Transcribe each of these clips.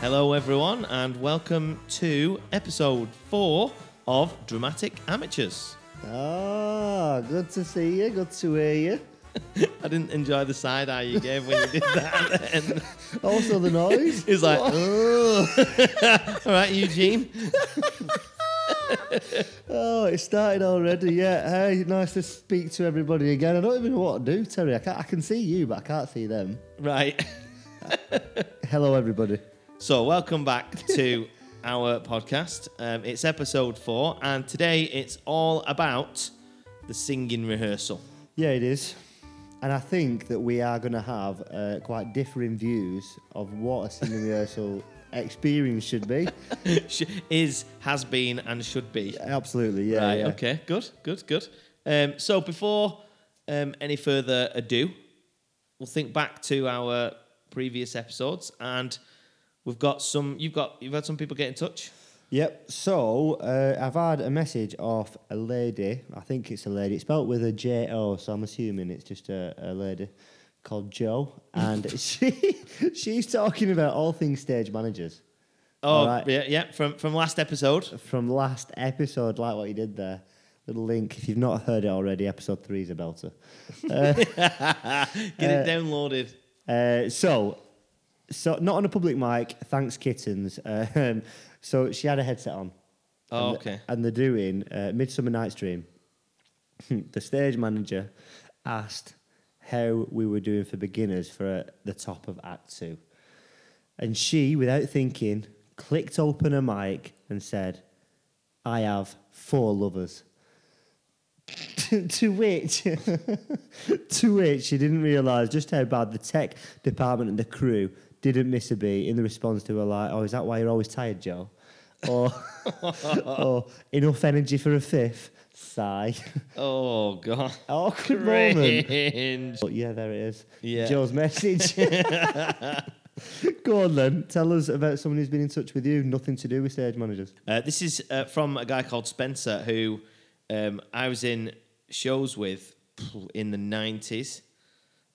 Hello, everyone, and welcome to episode four of Dramatic Amateurs. Ah, good to see you. Good to hear you. I didn't enjoy the side eye you gave when you did that. And Also, the noise. it's like, What? "Ugh." all right, Eugene. oh, it started already. Yeah. Hey, nice to speak to everybody again. I don't even know what to do, Terry. I, can't, I can see you, but I can't see them. Right. Hello, everybody. So, welcome back to our podcast. Um, it's episode four, and today it's all about the singing rehearsal. Yeah, it is. And I think that we are going to have uh, quite differing views of what a singing rehearsal experience should be. Sh- Is, has been, and should be. Absolutely. Yeah. right. yeah. Okay. Good. Good. Good. Um, so before um, any further ado, we'll think back to our previous episodes, and we've got some. You've got. You've had some people get in touch. Yep. So uh, I've had a message off a lady. I think it's a lady. It's spelled with a J O, so I'm assuming it's just a, a lady called Jo, and she she's talking about all things stage managers Oh, All right. yeah, yeah. From from last episode. from last episode, like what you did there. Little link if you've not heard it already. Episode three is a belter. Get it downloaded. Uh, so, so not on a public mic. Thanks, kittens. Um, so she had a headset on. Oh, and the- okay. and they're doing uh, Midsummer Night's Dream. the stage manager asked how we were doing for beginners for uh, the top of Act Two, and she, without thinking, clicked open her mic and said, "I have four lovers." to which, to which she didn't realise just how bad the tech department and the crew didn't miss a beat in the response to her like, "Oh, is that why you're always tired, Joe?" Or, or enough energy for a fifth. Sigh. Oh God. Awkward moment. Cringe. But yeah, there it is. Yeah. Joe's message. Go on then. Tell us about someone who's been in touch with you. Nothing to do with stage managers. Uh, this is uh, from a guy called Spencer who um, I was in shows with in the 90s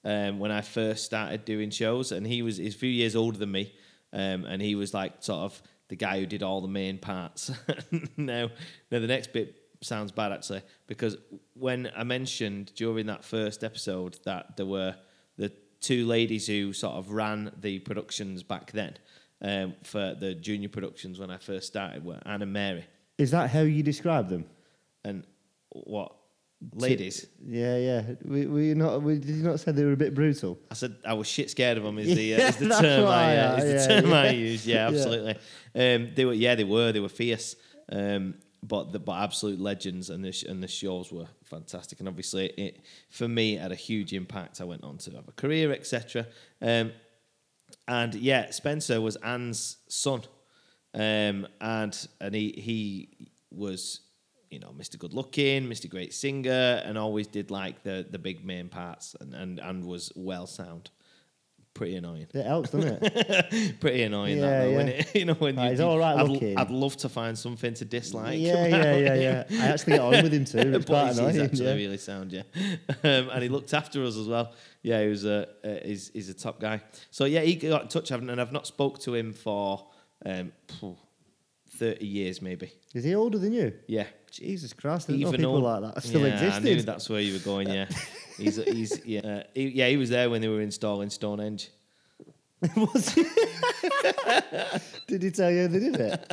um, when I first started doing shows. And he was he's a few years older than me. Um, and he was like sort of the guy who did all the main parts. now, now, the next bit sounds bad actually because when I mentioned during that first episode that there were the two ladies who sort of ran the productions back then um, for the junior productions when I first started were Anne and Mary. Is that how you describe them? And what? Ladies. Yeah, yeah. We, we not. We, did you not say they were a bit brutal? I said I was shit scared of them. Is the uh, Yeah, is the that's term what I I uh, are, is the yeah, term I yeah. use? Yeah, Yeah. absolutely. Um, they were yeah they were they were fierce, um, but the, but absolute legends and the sh- and the shows were fantastic. And obviously it for me it had a huge impact. I went on to have a career etc. Um, and yeah, Spencer was Anne's son, um, and and he he was you know Mr. Good Looking, Mr. Great Singer, and always did like the the big main parts, and and, and was well sound. Pretty annoying. It helps, doesn't it? Pretty annoying Yeah, that though, when yeah. it, you know when Like, you, he's all right I'd, looking. I'd love to find something to dislike. yeah, yeah, about yeah, him. yeah. I actually get on with him too. It's But quite he's, annoying. he's actually yeah. really sound, yeah. Um, and he looked after us as well. Yeah, he was a uh, he's, he's a top guy. So yeah, he got in touch, haven't- and I've not spoke to him for um, phew, thirty years, maybe. Is he older than you? Yeah, Jesus Christ! I didn't know people old- like that still yeah, I knew existed. that's where you were going. Yeah, he's he's yeah uh, he, yeah he was there when they were installing Stonehenge. Was he? did he tell you they did it?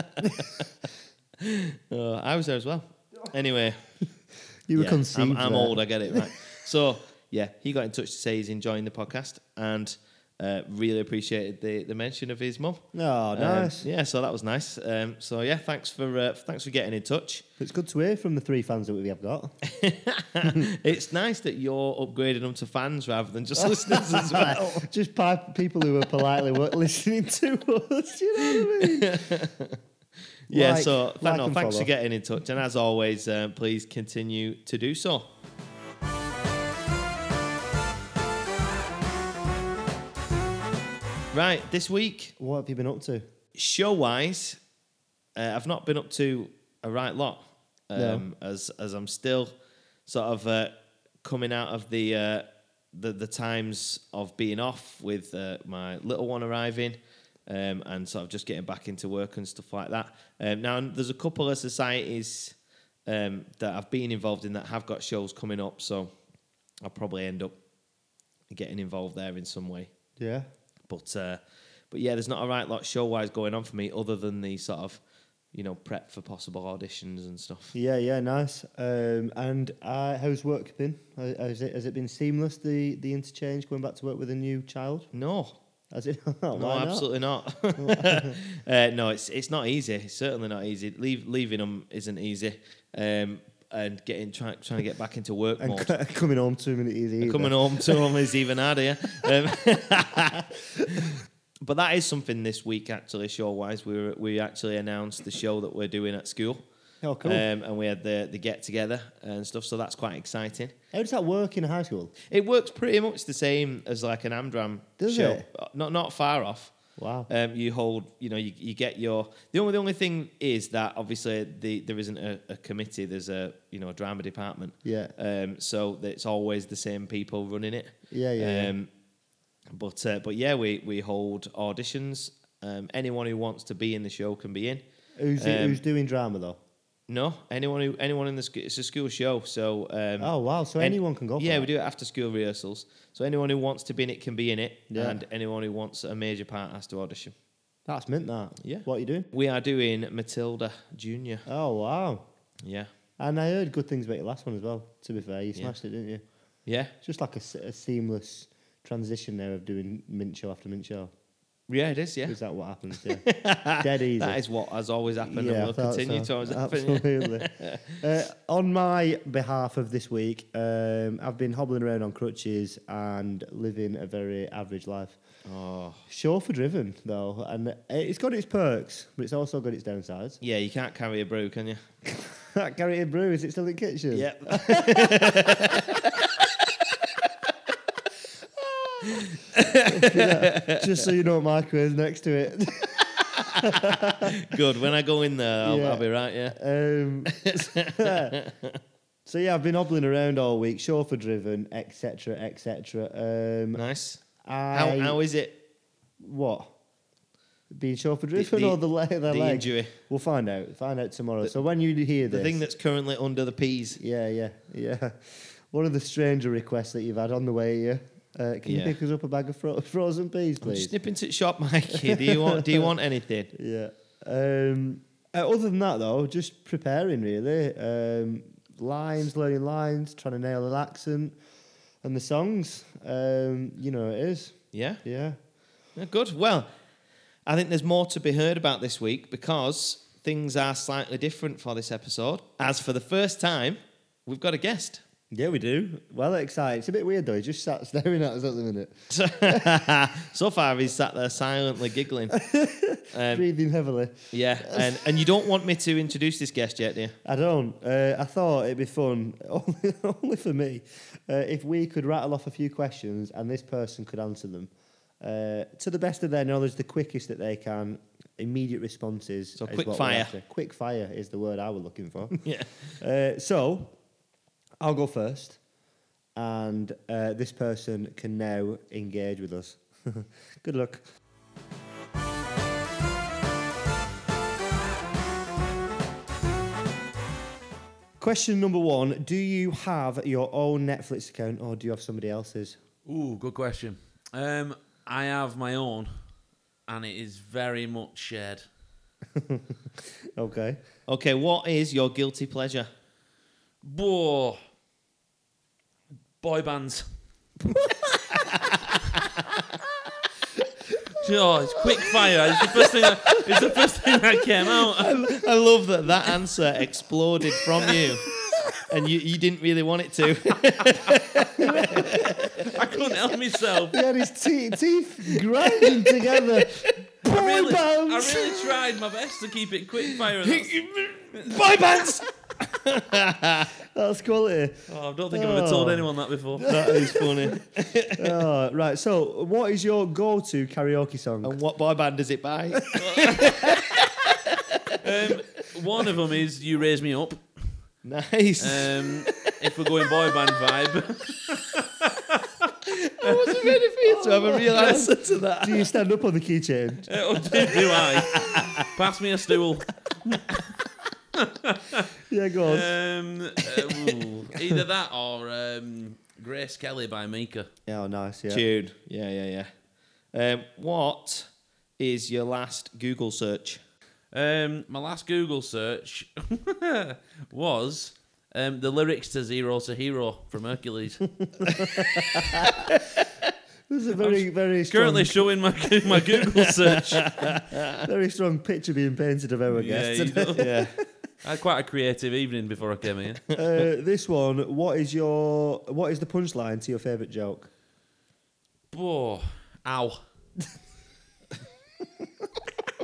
Uh, I was there as well. Anyway. You were Yeah, conceived. I'm, I'm there. old. I get it. Right. so yeah, he got in touch to say he's enjoying the podcast and uh, really appreciated the, the mention of his mum. Oh, Um, nice. yeah, so that was nice. Um, so yeah, thanks for uh, thanks for getting in touch. It's good to hear from the three fans that we have got. it's nice that you're upgrading them to fans rather than just listeners as well. Just by people who are politely wo- listening to us. You know what I mean? Yeah, Like- so th- like no, and thanks for follow. getting in touch, and as always, uh, please continue to do so. Right, this week What have you been up to? show wise, uh, I've not been up to a right lot No. um, as as I'm still sort of uh, coming out of the, uh, the the times of being off with uh, my little one arriving um, and sort of just getting back into work and stuff like that. Um, now, there's a couple of societies um, that I've been involved in that have got shows coming up, so I'll probably end up getting involved there in some way. Yeah. But uh, but yeah, there's not a right lot show wise going on for me other than the sort of you know prep for possible auditions and stuff. Yeah, yeah, nice. Um, and uh, how's work been? Has has it, has it been seamless, the, the interchange, going back to work with a new child? No, Has it? Oh, Why no, not? absolutely not. uh, no, it's it's not easy. It's certainly not easy. Leave, leaving them isn't easy, um, and getting trying trying to get back into work And mode. c- coming home two minutes easy. either. Coming home to them is even harder. yeah. Um, but that is something this week actually. Show wise, we were, we actually announced the show that we're doing at school, Oh, cool. um, and we had the the get together and stuff. So that's quite exciting. How does that work in high school? It works pretty much the same as like an Amdram Does show. Uh, it? Not not far off. Wow. Um, you hold, you know, you, you get your. The only the only thing is that obviously the, there isn't a, a committee. There's a you know a drama department. Yeah. Um, so it's always the same people running it. Yeah, yeah, yeah. Um, But uh, but yeah, we we hold auditions. Um, anyone who wants to be in the show can be in. Who's, it- um, who's doing drama, though? No, anyone who anyone in the school. It's a school show, so. Um, Oh, wow. So and- anyone can go for Yeah, that. we do it after school rehearsals. So anyone who wants to be in it can be in it, Yeah. and anyone who wants a major part has to audition. That's mint, that. Yeah. What you doing? We are doing Matilda Junior. Oh, wow. Yeah, And I heard good things about your last one as well, to be fair. You Yeah. smashed it, didn't you? yeah, Just like a, s- a seamless transition there of doing mint show after mint show. yeah. It is. Yeah, Is that what happens? Yeah. Dead easy. that is what has always happened, Yeah, I and will thought continue to so. always happen. yeah. Absolutely. uh, on my behalf of this week, um, I've been hobbling around on crutches and living a very average life. Oh, Sure for driven though, and it's got its perks, but it's also got its downsides. yeah. You can't carry a brew, can you? That Garrett and Brew is it still in the kitchen? Just so you know, my is next to it. Good. When I go in there, I'll, Yeah. I'll be right. Yeah. Um, so yeah, I've been hobbling around all week, chauffeur driven, etc., etc. Um, Nice. I How, how is it? what being chauffeur driven the- or the le- the, the leg? injury. We'll find out. Find out tomorrow. so when you hear The this, thing that's currently under the peas. yeah, yeah, yeah. One of the stranger requests that you've had on the way here. Uh, can you Yeah. pick us up a bag of fro- frozen peas, I'm please? just nipping to the shop, Mikey. Do you want? Do you want anything? Yeah. Um, uh, other than that, though, just preparing really. Um, lines, learning lines, trying to nail an accent, and the songs. Um, you know, it is. Yeah. Yeah. Yeah, Good. Well, I think there's more to be heard about this week because things are slightly different for this episode. As for the first time, we've got a guest. Yeah, we do. Well excited. It's a bit weird though. He just sat staring at us at the minute, so far, he's sat there silently giggling. Um, breathing heavily. yeah, and, and you don't want me to introduce this guest yet, do you? I don't. Uh, I thought it'd be fun, only, only for me, uh, if we could rattle off a few questions and this person could answer them uh, to the best of their knowledge, the quickest that they can. Immediate responses. So is quick what we're fire. after. Quick fire is the word I was looking for. Yeah. uh, so I'll go first, and uh, this person can now engage with us. Good luck. Question number one Do you have your own Netflix account or do you have somebody else's? Ooh, good question. Um, I have my own, and it is very much shared. Okay. Okay, what is your guilty pleasure? Whoa. Boy bands. oh, it's quick fire. It's the first thing. That, it's the first thing that came out. I love that that answer exploded from you. And you, you didn't really want it to. I couldn't help myself. He had his te- teeth grinding together. I Boy really, I bands. really tried my best to keep it quick fire. and that's- Bye, bands! That's quality. Oh, I don't think I've ever told anyone that before. That is funny. Oh, right, so what is your go to karaoke song? And what boy band does it buy? Um, One of them is "You Raise Me Up." Nice. Uh, Um, if we're going boy band vibe. I wasn't ready for you to have a real answer to that. Do you stand up on the keychain? Oh, Do I? Pass me a stool. Yeah, go on. Um, uh, ooh. either that or um, Grace Kelly by Mika. yeah, oh, nice. Yeah. Tune. Yeah, yeah, yeah. Um, what is your last Google search? Um, my last Google search was um, the lyrics to Zero to Hero from Hercules. There's a very, very strong, Currently showing my my Google search. very strong picture being painted of our Yeah, guest. you today. know. Yeah. I had quite a creative evening before I came here. uh, this one. What is your? What is the punchline to your favourite joke? Boah, ow.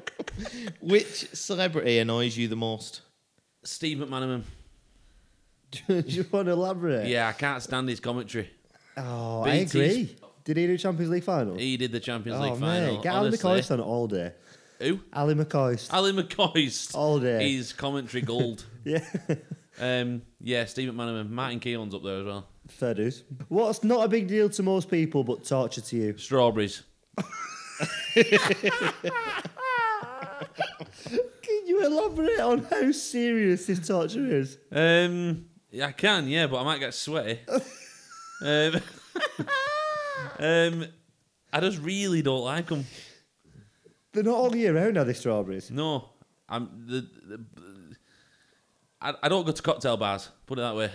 Which celebrity annoys you the most? Steve McManaman. Do you want to elaborate? Yeah, I can't stand his commentary. Oh, BT's I agree. Did he do Champions League final? He did the Champions oh League man, final. get Ali honestly. McCoist on it all day. Who? Ali McCoist. Ali McCoist. All day. His commentary gold. yeah. um, yeah, Steve McManaman. Martin Keown's up there as well. Fair dues. What's not a big deal to most people, but torture to you? Strawberries. Can you elaborate on how serious this torture is? Um, yeah, I can, yeah, but I might get sweaty. um, um, I just really don't like them. They're not all year round, are they, strawberries? No, I'm the. the I, I don't go to cocktail bars. Put it that way,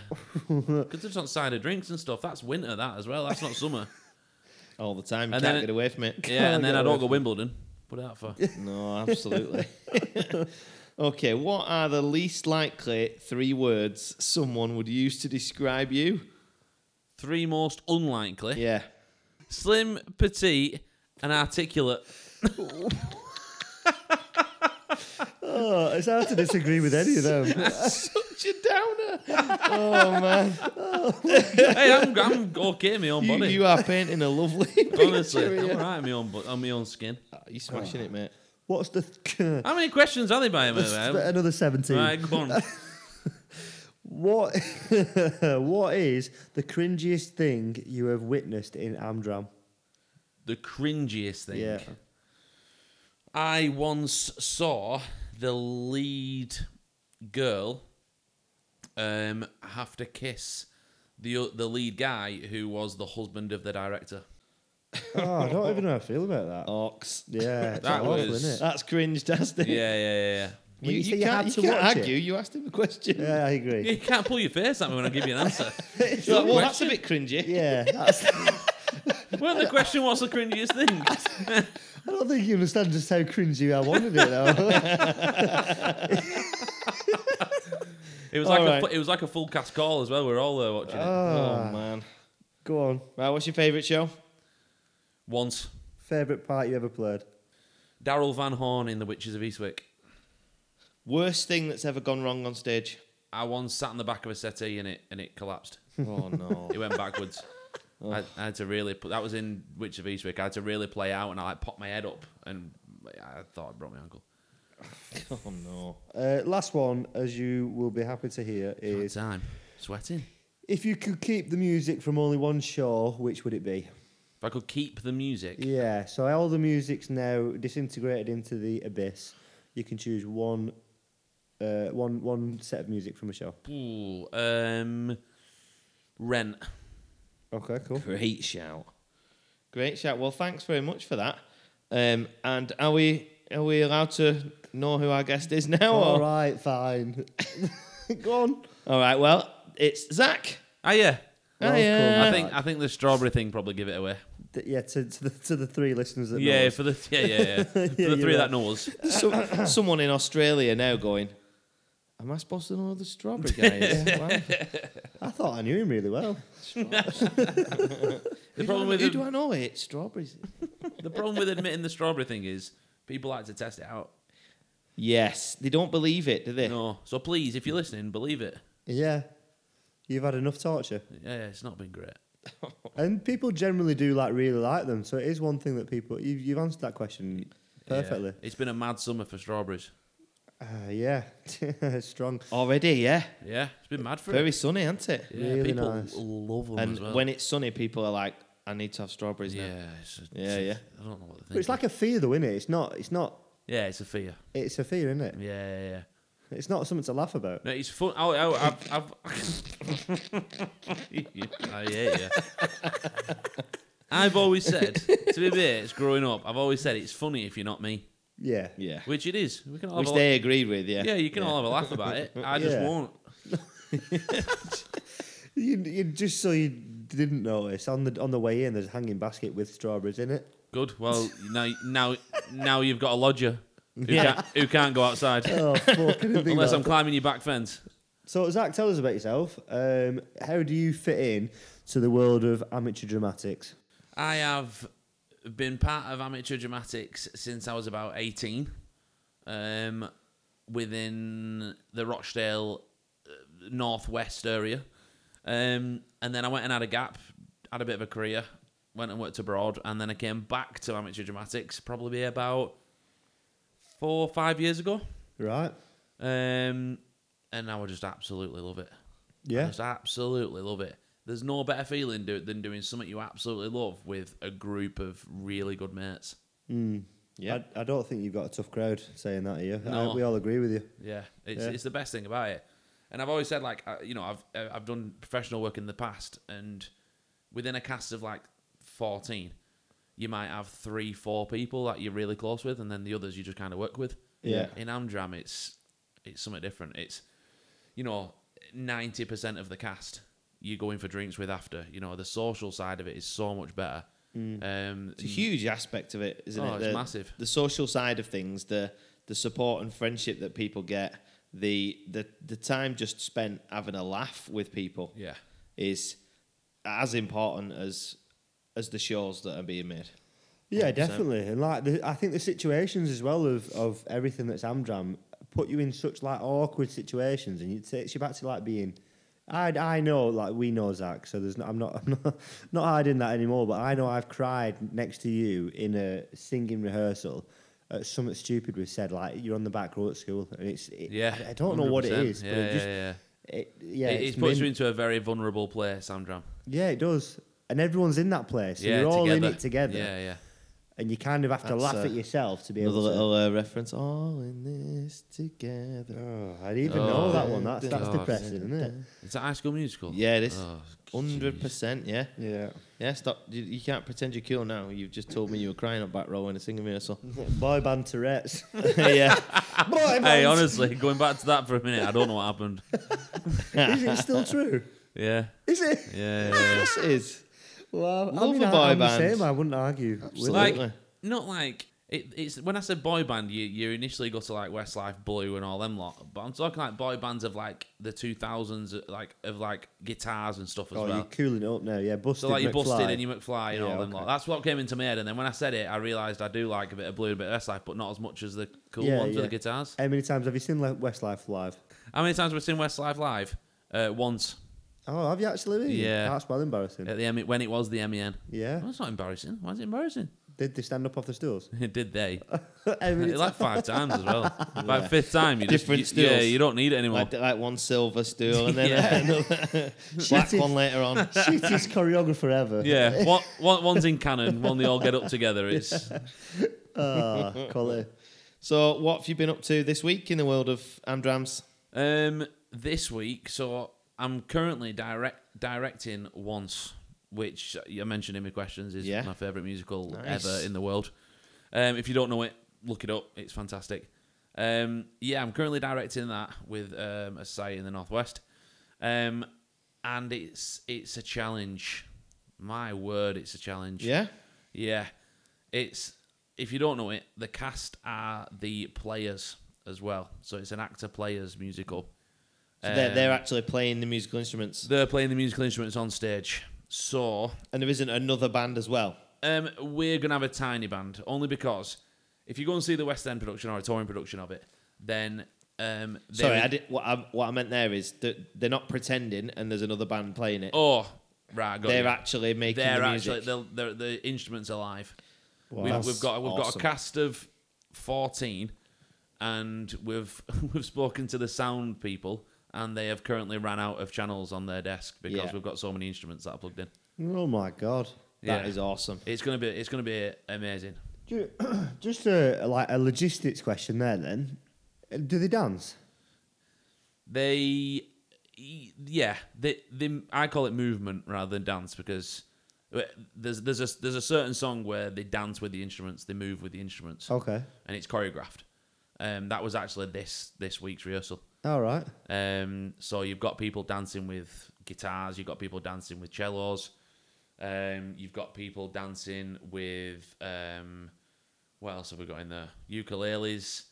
because it's on cider drinks and stuff. That's winter, that as well. That's not summer. All the time. You And can't then- get away from it. yeah, Can't and then get I away don't go from- Wimbledon. Put it out for. No, absolutely. okay, what are the least likely three words someone would use to describe you? Three most unlikely: Yeah. slim, petite, and articulate. Oh, it's hard to disagree with any of them. Such a downer. oh, man. hey, I'm, I'm okay in my own You, body. you are painting a lovely Honestly, picture I'm here. alright in my own bo- on my own skin. You're smashing it, mate. What's the. How many questions are they by him? About? Another 17. Right, go on. What, what is the cringiest thing you have witnessed in Amdram? The cringiest thing. Yeah. I once saw the lead girl um, have to kiss the o- the lead guy who was the husband of the director. Oh, I don't even know how I feel about that. Ox. Yeah, it's That awful, was- isn't it? That's cringe, Yeah, Dasty. yeah, You, When you you say you can't, had you to can't watch argue. it. You asked him a question. Yeah, I yeah, yeah. agree. You can't pull your face at me when I give you an answer. It's like, well, that's a bit cringy. Yeah, that's, I well, the question was the cringiest thing. don't think you understand just how cringy I wanted it though. It was like All a right. fu- it was like a full cast call as well. We are all there watching it Oh, Ah, man. go on. Right, what's your favourite show? once. Favorite part you ever played? Daryl Van Horn in The Witches of Eastwick. Worst thing that's ever gone wrong on stage? I once sat in the back of a settee and it and it collapsed. Oh, no. It went backwards. Oh. I, I had to really put that was in Witch of Eastwick. I had to really play out and I like popped my head up and I thought I broke my ankle. oh, no. Uh, last one, as you will be happy to hear, It's is time sweating. if you could keep the music from only one show, which would it be? If I could keep the music, Yeah, so all the music's now disintegrated into the abyss. You can choose one, uh, one, one set of music from a show. Ooh, um, rent. Okay, cool. Great shout. Great shout. Well, thanks very much for that. Um, and are we are we allowed to know who our guest is now? All Oh. or- right, fine. go on. All right, Well, it's Zach. Ah, yeah. Welcome. Hiya. I think I think the strawberry thing probably give it away. Th- yeah, to, to the to the three listeners that Yeah, know us. for the yeah yeah yeah for the you're three right. that knows. So, someone in Australia now going. Am I supposed to know who the strawberry guy is? Wow. I thought I knew him really well. who, The problem do I, with who the, do I know it? Strawberries. the problem with admitting the strawberry thing is people like to test it out. Yes, they don't believe it, do they? No, so please, if you're listening, believe it. Yeah, you've had enough torture, Yeah, yeah, it's not been great. and people generally do like really like them. So it is one thing that people you've, you've answered that question Yeah. perfectly. It's been a mad summer for strawberries. Uh, yeah, strong. Already, yeah. Yeah, it's been mad for Very sunny, hasn't it? it. Yeah, Really people nice. love them And as well. when it's sunny, people are like, I need to have strawberries now. Yeah, it's a, Yeah, yeah. I don't know what the thing. But it's like a fear, though, isn't it? It's not. It's not. yeah, it's a fear. It's a fear, isn't it? Yeah, yeah, yeah. It's not something to laugh about. No, it's fun. Oh, oh I've, I've I hate you. I've always said to be mates growing up. I've always said it's funny if you're not me, Yeah. Yeah. which it is. We can all Which have a they agreed with, yeah. laugh. Oh, yeah, you can all have a laugh about it. I just Yeah. won't. You, you just so you didn't notice on the on the way in, there's a hanging basket with strawberries in it. Good. Well, now now now you've got a lodger who, Yeah. can't, who can't go outside Oh, fucking unless I'm climbing your back fence. So, Zach, tell us about yourself. Um, how do you fit in to the world of amateur dramatics? I have been part of amateur dramatics since I was about 18. Um, within the Rochdale uh, northwest area, um, and then I went and had a gap, had a bit of a career, went and worked abroad, and then I came back to amateur dramatics probably about four or five years ago. Right? Um, and now I just absolutely love it. I Yeah. just absolutely love it. There's no better feeling do, than doing something you absolutely love with a group of really good mates. Mm. Yeah. I, I don't think you've got a tough crowd saying that here. No. I, we all agree with you. Yeah, it's Yeah. it's the best thing about it. And I've always said like I, you know I've uh, I've done professional work in the past, and within a cast of like fourteen, you might have three four people that you're really close with, and then the others you just kind of work with. Yeah. In Amdram, it's it's something different. It's you know ninety percent of the cast you're going for drinks with after. You know the social side of it is so much better. Mm. Um, It's a huge aspect of it, isn't Oh, it? it's massive. The social side of things, the the support and friendship that people get, the the the time just spent having a laugh with people yeah. is as important as as the shows that are being made. Yeah, 100%. definitely. And like, the, I think the situations as well of, of everything that's Amdram put you in such like awkward situations, and it takes you back to like being. I, I know like we know Zach, so there's no, I'm not I'm not not hiding that anymore. But I know I've cried next to you in a singing rehearsal at something stupid we said. Like you're on the back row at school, and it's it, Yeah, I, I don't know what it 100%. is, Yeah, but it yeah, just yeah. it, yeah, it, it's it puts you min- into a very vulnerable place, Amdram. yeah, it does. And everyone's in that place, so you're all in it together, Yeah, yeah. and you kind of have to That's, laugh uh, at yourself to be able Another to. little uh, reference. All in this together. Oh, I didn't even Oh, know that one. That's that's God. depressing, isn't it? It's that High School Musical? Yeah, it is. Oh, Hundred jeez. percent. Yeah. Yeah. Yeah. Stop. You, you can't pretend you're cool now. You've just told me you were crying on back row in a singing rehearsal. Boy band Tourette's. yeah. Boy band. Hey, honestly, going back to that for a minute, I don't know what happened. Is it still true? Yeah, Is it? yeah, yeah. yeah. Yes, it is. Well, Love I mean, a I, boy I'm the band. same. I wouldn't argue. with it. Absolutely. Like, not like it, it's when I said boy band, you you initially go to like Westlife, Blue, and all them lot. But I'm talking like boy bands of like the 2000s, like of like guitars and stuff as oh, you're well. cooling it up now. Yeah, busted. So like you McFly. busted and you McFly and Yeah, all okay. them lot. That's what came into my head. And then when I said it, I realised I do like a bit of Blue and a bit of Westlife, but not as much as the cool Yeah, ones with yeah. the guitars. How many times have you seen Le- Westlife live? How many times have we seen Westlife live? Uh, once Oh, have you actually? Yeah. That's well embarrassing. at the MEN when it was the MEN. Yeah. Well, that's not embarrassing. Why is it embarrassing? Did they stand up off the stools? Did they? How many like five times as well. By fifth time, you Different just, you, yeah, stools. you don't need it anymore. Like, like one silver stool and then Yeah. another black Shitty. one later on. shittiest choreographer ever. yeah, one, one, one's in canon, one they all get up together. It's Ah, quality. So, what have you been up to this week in the world of Amdrams? um, this week. So I'm currently direct directing once, which I mentioned in my questions is Yeah. my favorite musical Nice. ever in the world. Um, if you don't know it, look it up. It's fantastic. Um, yeah, I'm currently directing that with um, a site in the northwest, um, and it's it's a challenge. My word, it's a challenge. Yeah. Yeah. It's if you don't know it, the cast are the players as well. So it's an actor players musical. So they're, Um, they're actually playing the musical instruments. they're playing the musical instruments on stage. So And there isn't another band as well. um, we're gonna have a tiny band only because if you go and see the West End production or a touring production of it, then um, there Sorry, is- I did, what, I, what I meant there is that they're not pretending and there's another band playing it. oh right, I got they're you. actually making they're the music. actually the, the the instruments are live. Wow. We've, That's we've got we've got a awesome. cast of fourteen, and we've we've spoken to the sound people, and they have currently ran out of channels on their desk because Yeah. we've got so many instruments that are plugged in. Oh my god. That is Yeah. awesome. It's gonna be it's gonna be amazing. Ju- Just a like a logistics question there. Then, Uh, do they dance? They, yeah, they, they I call it movement rather than dance because uh, there's there's a there's a certain song where they dance with the instruments, they move with the instruments, Okay. and it's choreographed. Um, that was actually this this week's rehearsal. All right. Um, so you've got people dancing with guitars, you've got people dancing with cellos, um, you've got people dancing with um, what else have we got in there? Ukuleles.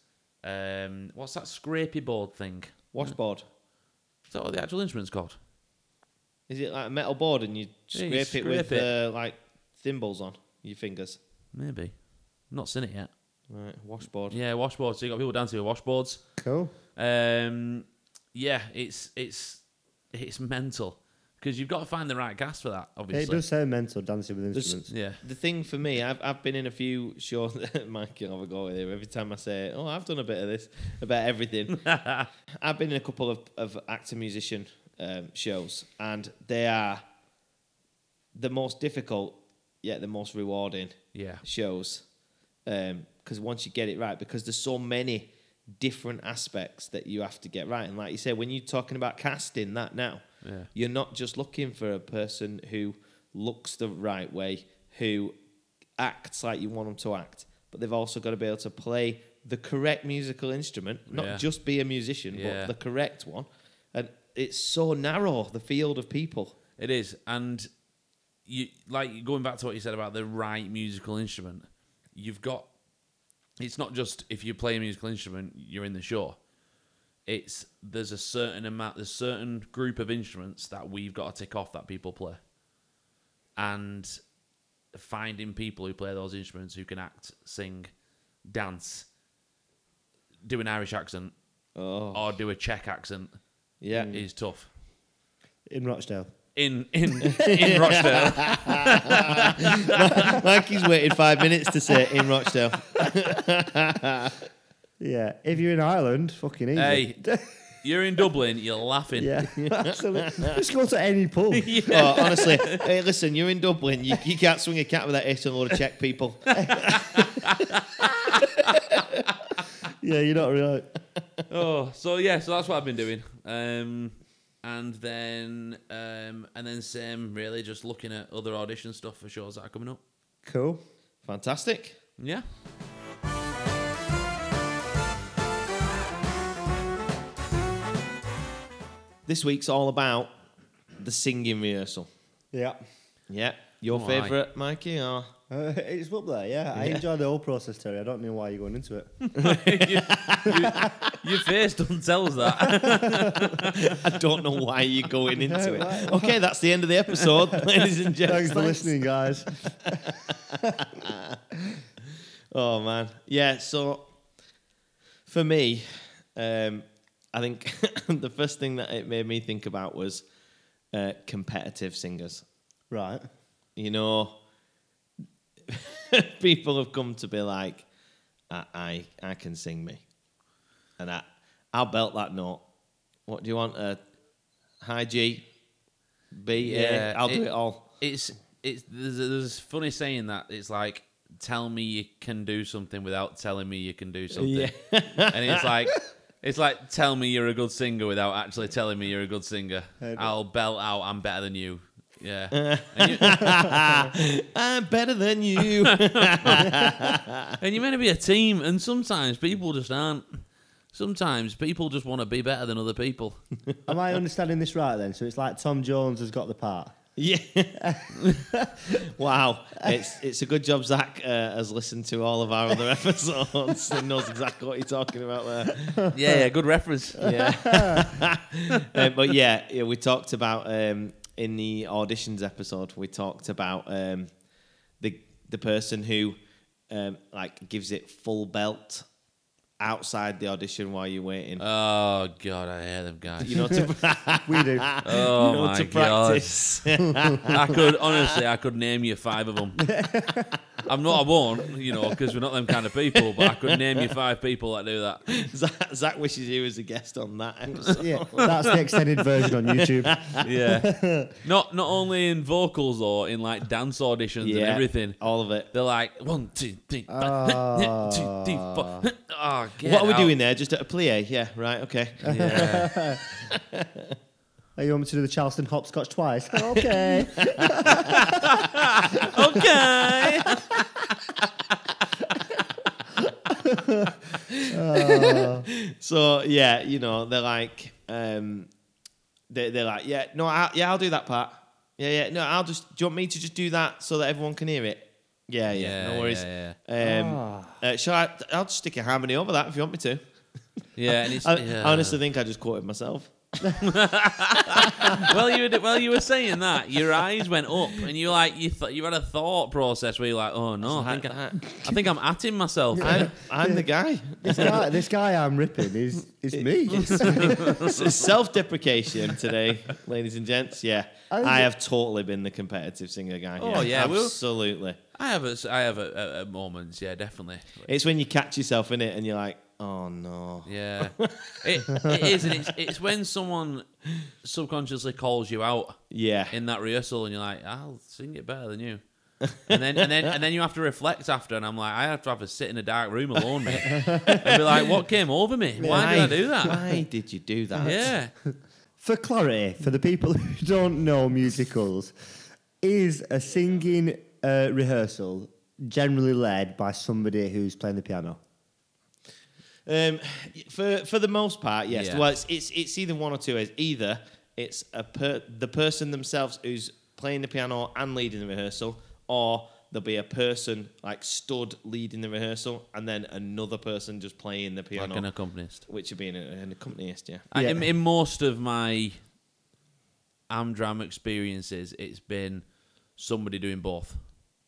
Um, what's that scrapey board thing? Washboard. Is that what the actual instrument's called? Is it like a metal board and you Yeah, scrape you it with scrape Uh, like thimbles on your fingers? Maybe. Not seen it yet. Right, washboard. Yeah, washboards. So you got people dancing with washboards. Cool. Um, yeah, it's it's it's mental because you've got to find the right cast for that. Obviously. It does sound mental dancing with There's- instruments. Yeah. The thing for me, I've I've been in a few shows. Mike can have a go with it. Every time I say, "Oh, I've done a bit of this about everything," I've been in a couple of of actor musician um, shows, and they are the most difficult yet the most rewarding Yeah. shows because once you get it right, because there's so many different aspects that you have to get right. And like you say, when you're talking about casting that now, Yeah. you're not just looking for a person who looks the right way, who acts like you want them to act, but they've also got to be able to play the correct musical instrument, not Yeah. just be a musician, but Yeah. the correct one. And it's so narrow, the field of people. It is, and you like going back to what you said about the right musical instrument. You've got. It's not just if you play a musical instrument, you're in the show. It's there's a certain amount, there's certain group of instruments that we've got to tick off that people play, and finding people who play those instruments who can act, sing, dance, do an Irish accent, Oh, or do a Czech accent. yeah. is tough. In Rochdale. In in in Rochdale. Mikey's waited five minutes to say it in Rochdale. Yeah. If you're in Ireland, fucking easy. Hey, you're in Dublin, you're laughing. Yeah. Absolutely. Just go to any pub. Oh, honestly, hey, listen, you're in Dublin. You, you can't swing a cat without hitting a load of Czech people. Yeah. You're not really. Oh, so yeah, so that's what I've been doing. Um, and then um, and then same really just looking at other audition stuff for shows that are coming up. Cool. Fantastic. Yeah. This week's all about the singing rehearsal. Yeah. Yeah, your Oh, aye. favourite, Mikey? Or Uh, it's up there. Yeah. I Yeah. enjoy the whole process, Terry. I don't know why you're going into it. You- you- your face doesn't tell us that. I don't know why you're going into No, why- it. Okay, that's the end of the episode, ladies and gentlemen. Thanks for listening, guys. Oh man, yeah. So for me, um, I think the first thing that it made me think about was uh, competitive singers. Right. you know, people have come to be like, I, I, I can sing me, and I, I'll belt that note. What do you want? A high G, B, A? Yeah, I'll do it- it all. It's it's there's a, there's this funny saying that it's like tell me you can do something without telling me you can do something. Yeah. and it's like it's like tell me you're a good singer without actually telling me you're a good singer. Hey, but- I'll belt out I'm better than you. Yeah. and, you, I'm better than you. and you're meant to be a team, and sometimes people just aren't. Sometimes people just want to be better than other people. Am I understanding this right then? So it's like Tom Jones has got the part. yeah. wow. It's it's a good job Zach uh, has listened to all of our other episodes and knows exactly what you're talking about there. yeah, yeah, good reference. yeah. Uh, but yeah, yeah, we talked about um, in the auditions episode. We talked about um, the the person who um, like gives it full belt outside the audition while you're waiting. Oh god, I hate them guys. you know to, We do. oh you know, my to god, practice. I could honestly, I could name you five of them. I'm not. I won't. You know, because we're not them kind of people. But I could name you five people that do that. Zach, Zach wishes he was a guest on that episode. Yeah, that's the extended version on YouTube. Yeah. Not not only in vocals or in like dance auditions and everything. all of it. They're like one, two, three, four. two, three, four. Ah, get what are we out. doing there? Just a plie? Yeah, right, okay. Yeah. Oh, you want me to do the Charleston hopscotch twice? okay. okay. So yeah, you know, they're like, um, they, they're like, yeah, no, I, yeah, I'll do that part. Yeah, yeah, no, I'll just. Do you want me to just do that so that everyone can hear it? Yeah, yeah, Yeah, no worries. yeah, Um, uh, shall I? I'll just stick a harmony over that if you want me to. Yeah. And it's, I, yeah. I honestly think I just quoted myself. well, you were, well, you were saying that your eyes went up, and you like you thought you had a thought process where you're like, oh no, I think I, I think I'm atting myself. I'm, I'm the guy. this guy, this guy I'm ripping is is me. It's self-deprecation today, ladies and gents. Yeah, I- I have totally been the competitive singer guy. Oh, yeah, we'll- absolutely. I have a, s- I have a, a, a moments, yeah, definitely. It's when you catch yourself in it and you're like, oh no. Yeah, it, it is, and it's it's when someone subconsciously calls you out Yeah. in that rehearsal, and you're like, I'll sing it better than you. and then and then and then you have to reflect after, and I'm like, I have to have a sit in a dark room alone, mate, and be like, what came over me? Why did I do that? Why did you do that? Yeah, For clarity, for the people who don't know musicals, is a singing uh, rehearsal generally led by somebody who's playing the piano? Um, for for the most part, yes. Yeah. Well, it's, it's it's either one or two. Is either it's a per, the person themselves who's playing the piano and leading the rehearsal, or there'll be a person like stood leading the rehearsal, and then another person just playing the piano, like an accompanist. which would be an, an accompanist. Yeah. I- Yeah. in, in most of my Amdram experiences, it's been somebody doing both.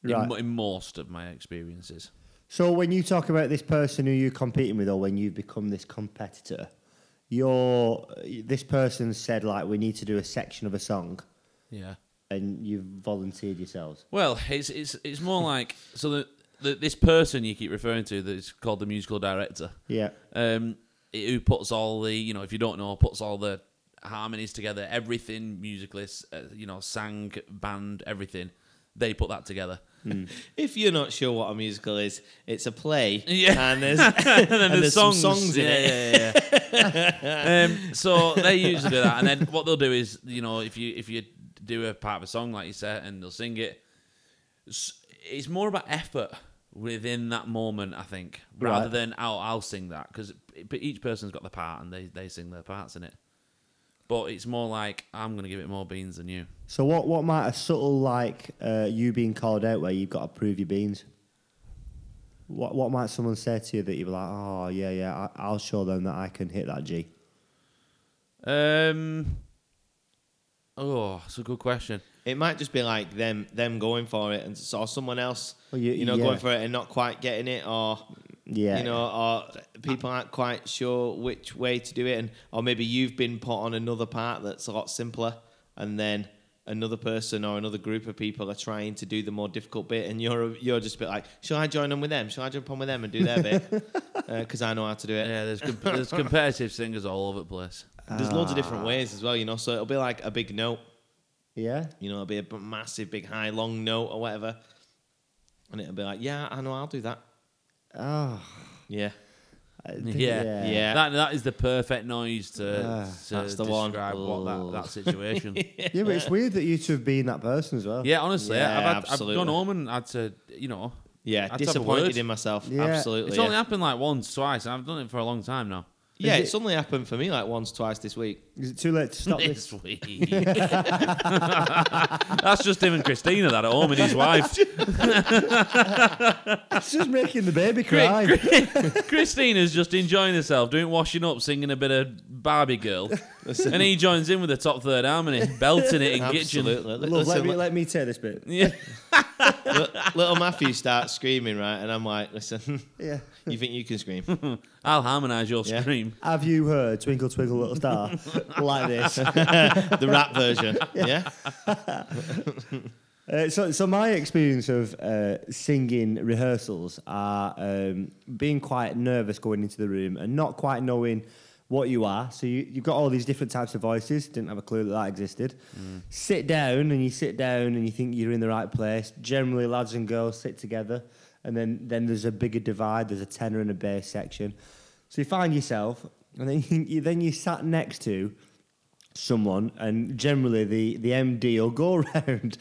In Right. mo- In, most of my experiences, So when you talk about this person who you're competing with, or when you've become this competitor, you're this person said like we need to do a section of a song, yeah. and you've volunteered yourselves. Well, it's it's it's more like so the, the this person you keep referring to that is called the musical director, Yeah, um, i- who puts all the you know if you don't know puts all the harmonies together, everything musically, s- uh, you know, sang, band, everything. They put that together. If you're not sure what a musical is, it's a play. Yeah. And there's and, there's, some songs in yeah, it. Yeah, yeah, yeah. um, so they usually do that, and then what they'll do is, you know, if you if you do a part of a song like you said, and they'll sing it, s- it's more about effort within that moment, I think, rather Right. than oh, I'll sing that because each person's got the part and they they sing their parts in it. But it's more like I'm gonna give it more beans than you. So what what might a subtle like uh, you being called out where you've got to prove your beans? What what might someone say to you that you'd be like, oh yeah yeah, I, I'll show them that I can hit that G. Um. Oh, it's a good question. It might just be like them them going for it, and s- or someone else, Well, you- you, know, yeah. going for it and not quite getting it, or Yeah. you know, or people aren't quite sure which way to do it, and or maybe you've been put on another part that's a lot simpler, and then another person or another group of people are trying to do the more difficult bit, and you're you're just a bit like, shall I join on with them? Shall I jump on with them and do their bit? Because I know how to do it. Yeah, there's comp- there's competitive singers all over the place. There's loads of Ah. different ways as well, you know. So it'll be like a big note. Yeah. You know, it'll be a b- massive, big, high, long note or whatever. And it'll be like, yeah, I know, I'll do that. Oh. Yeah. I think- Yeah, yeah. Yeah. That that is the perfect noise to, Ah, to that's the one. describe what that, that situation. Yeah, but it's weird that you two have been that person as well. yeah, honestly, Yeah, I've, had, I've absolutely. gone home and had to, you know, Yeah. That's a word. Disappointed in myself. Yeah. Absolutely. it's yeah, only happened like once, twice, and I've done it for a long time now. Yeah, Is it- it's only happened for me like once, twice this week. Is it too late to stop this? This week, that's just him and Christina that at home and his wife. It's just making the baby Chri- cry. Chri- Christina's just enjoying herself, doing washing up, singing a bit of Barbie Girl, and he joins in with the top third harmony, belting it in kitchen. Absolutely. Li- Love, let listen, me li- let me take this bit. Yeah, li- little Matthew starts screaming, right? And I'm like, listen, Yeah. you think you can scream? I'll harmonise your Yeah. scream. Have you heard Twinkle Twinkle Little Star like this? the rap version. Yeah. Uh, so, so my experience of uh, singing rehearsals are um, being quite nervous going into the room and not quite knowing what you are. So you, you've got all these different types of voices. Didn't have a clue that that existed. Sit down and you sit down and you think you're in the right place. Generally, lads and girls sit together, and then then there's a bigger divide. There's a tenor and a bass section. So you find yourself, and then you, then you sat next to someone, and generally the, the MD will go round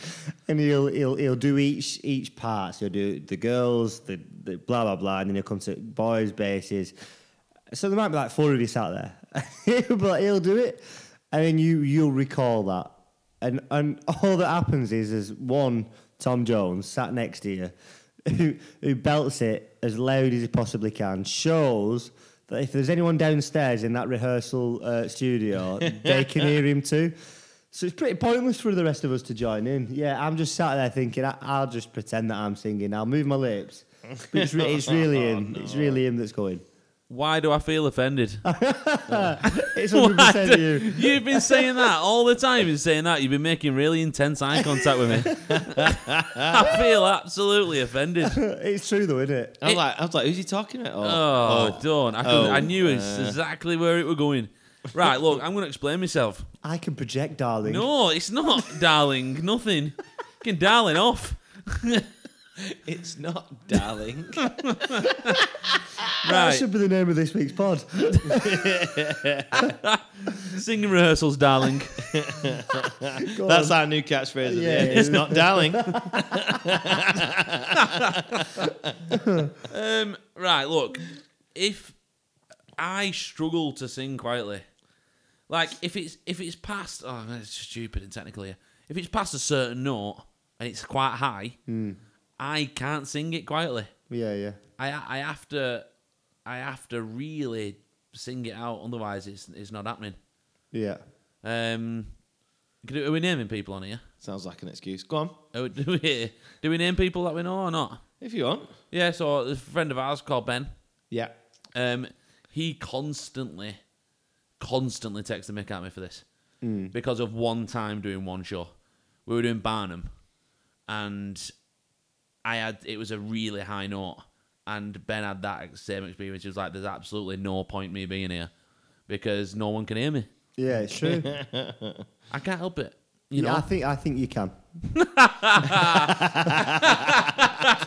and he'll he'll he'll do each each part. So he'll do the girls, the, the blah blah blah, and then he'll come to boys' bases. So there might be like four of you sat there. he'll be like, he'll do it, and then you you'll recall that, and and all that happens is is one Tom Jones sat next to you. Who, who belts it as loud as he possibly can shows that if there's anyone downstairs in that rehearsal uh, studio, they can hear him too. So it's pretty pointless for the rest of us to join in. Yeah, I'm just sat there thinking, I- I'll just pretend that I'm singing. I'll move my lips. But it's, re- it's really him. It's really him that's going. Why do I feel offended? It's Why 100% do- you. You've been saying that all the time. You've been saying that. You've been making really intense eye contact with me. I feel absolutely offended. It's true though, isn't it? I was It- like, I was like, who's he talking about? Oh, don't. I, couldn't- Oh. I knew it's Uh. exactly where it were going. Right, look, I'm going to explain myself. I can project, darling. No, it's not, darling. Nothing. Fucking darling off. oh, it's not, darling. That Right, should be the name of this week's pod. singing rehearsals, darling. Go That's on. our new catchphrase. isn't Yeah, it? it It's is. not, darling. Um, right, look, if I struggle to sing quietly, like if it's if it's past, oh, it's stupid and technical here. If it's past a certain note and it's quite high, I can't sing it quietly. yeah, yeah. I I have to I have to really sing it out, otherwise it's it's not happening. Yeah. Um, can- are we naming people on here? Sounds like an excuse. Go on, Are we- Do we do we name people that we know or not? if you want. Yeah. So there's a friend of ours called Ben. Yeah. Um, he constantly, constantly texts the mick at me for this because of one time doing one show. We were doing Barnum, and I had it was a really high note, and Ben had that same experience. He was like, "There's absolutely no point me being here because no one can hear me. Yeah, it's true. I can't help it." You yeah, I know, think I think you can.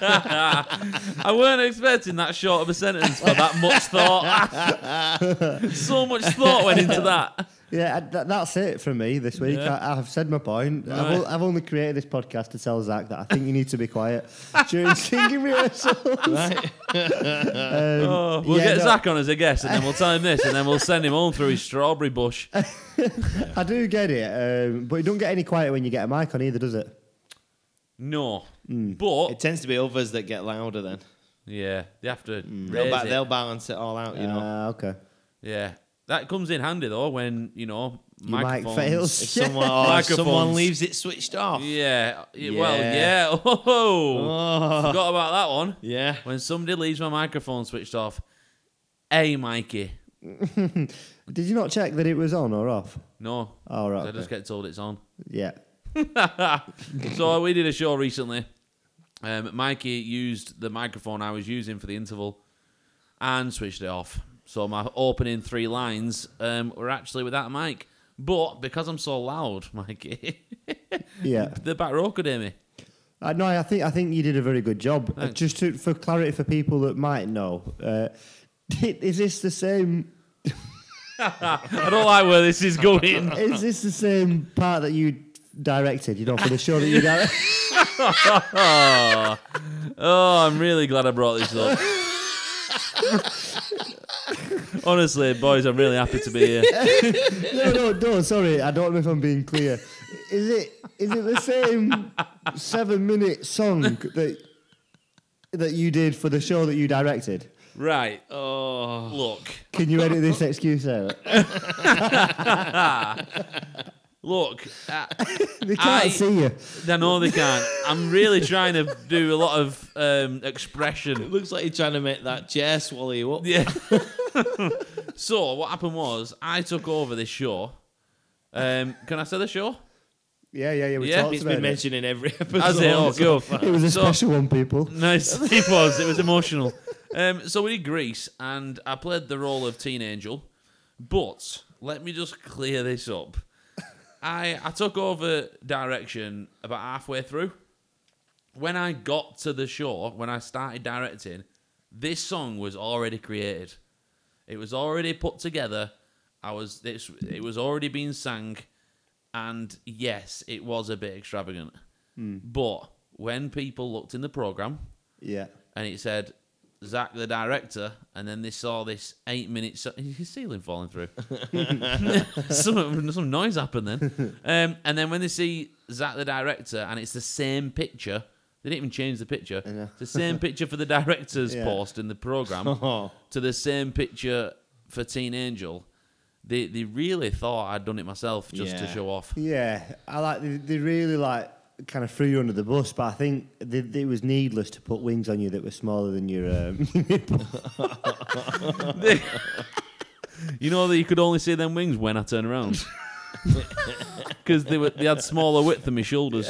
I weren't expecting that short of a sentence for that much thought. so much thought went into that. Yeah, I- that, that's it from me this week. I, I've said my point. I've, o- I've only created this podcast to tell Zach that I think you need to be quiet during singing rehearsal. Right. Oh, we'll yeah, get no. Zach on as a guest, and then we'll tell him this, and then we'll send him home through his strawberry bush. I do get it, um, but you don't get any quieter when you get a mic on either, does it? No, It Mm. but tends to be others that get louder. Then yeah, they have to Mm. they'll, raise ba- it. they'll balance it all out. You know, Ah, okay. Yeah, that comes in handy though when you know Your mic microphones- if fails. someone or if someone Microphones. leaves it switched off. Yeah, yeah, well, Yeah. yeah. Oh, Oh. forgot about that one. Yeah. When somebody leaves my microphone switched off, hey Mikey, Did you not check that it was on or off? no, All right. I Oh, just okay. get told it's on. Yeah. so uh, we did a show recently. Um, Mikey used the microphone I was using for the interval and switched it off. So my opening three lines um, were actually without a mic. But because I'm so loud, Mikey, Yeah. the back row could hear me. Uh, no, I think I think you did a very good job. Uh, Thanks. just to, for clarity for people that might know, uh, is this the same? I don't like where this is going. Is this the same part that you directed? You know, for the show that you directed. Oh, oh I'm really glad I brought this up. Honestly, boys, I'm really happy to be here. No, no, no. Sorry, I don't know if I'm being clear. Is it is it the same seven minute song that that you did for the show that you directed? Right. Oh, look. Can you edit this excuse out? Look, uh, They can't I- see you. I know they can't. I'm really trying to do a lot of um, It expression. looks like you're trying to make that chair swallow you up. Yeah. so what happened was I took over this show. Um, can I say the show? Yeah, yeah, yeah. We Yeah, talked It's about been it. mentioned in every episode. As it all go. It was a So- special one, people. Nice. It was. It was emotional. Um, so we did Greece, and I played the role of Teen Angel. But let me just clear this up. I I took over direction about halfway through. When I got to the shore, when I started directing, this song was already created. It was already put together. I was this. It was already being sang, and yes, it was a bit extravagant. But when people looked in the program Yeah. and it said Zach the director, and then they saw this eight minute so- his ceiling falling through. some some noise happened then, um, and then when they see Zach the director and it's the same picture, they didn't even change the picture. I know. It's the same picture for the director's Yeah. post in the program Oh, to the same picture for Teen Angel. They they really thought I'd done it myself just to Yeah. show off. Yeah. I like, they, they really like kind of threw you under the bus, but I think they, they- it was needless to put wings on you that were smaller than your. Um, You know that you could only see them wings when I turn around. Because they were they had smaller width than my shoulders.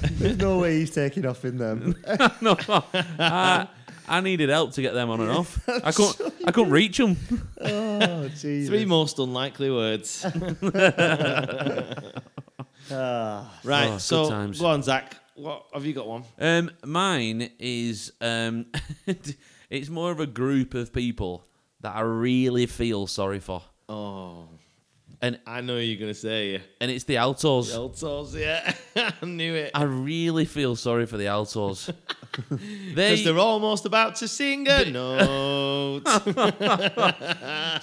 there's no way he's taking off in them. no, I, I needed help to get them on and off. I couldn't I couldn't reach them. Oh, Jesus. three most unlikely words. Ah, Right, Oh, good so times. go on, Zach. What have you got? One. Um, mine is um, it's more of a group of people that I really feel sorry for, Oh, and I know you're gonna say yeah. and it's the altos. The Altos, yeah, I knew it. I really feel sorry for the altos. they Because they're almost about to sing a note.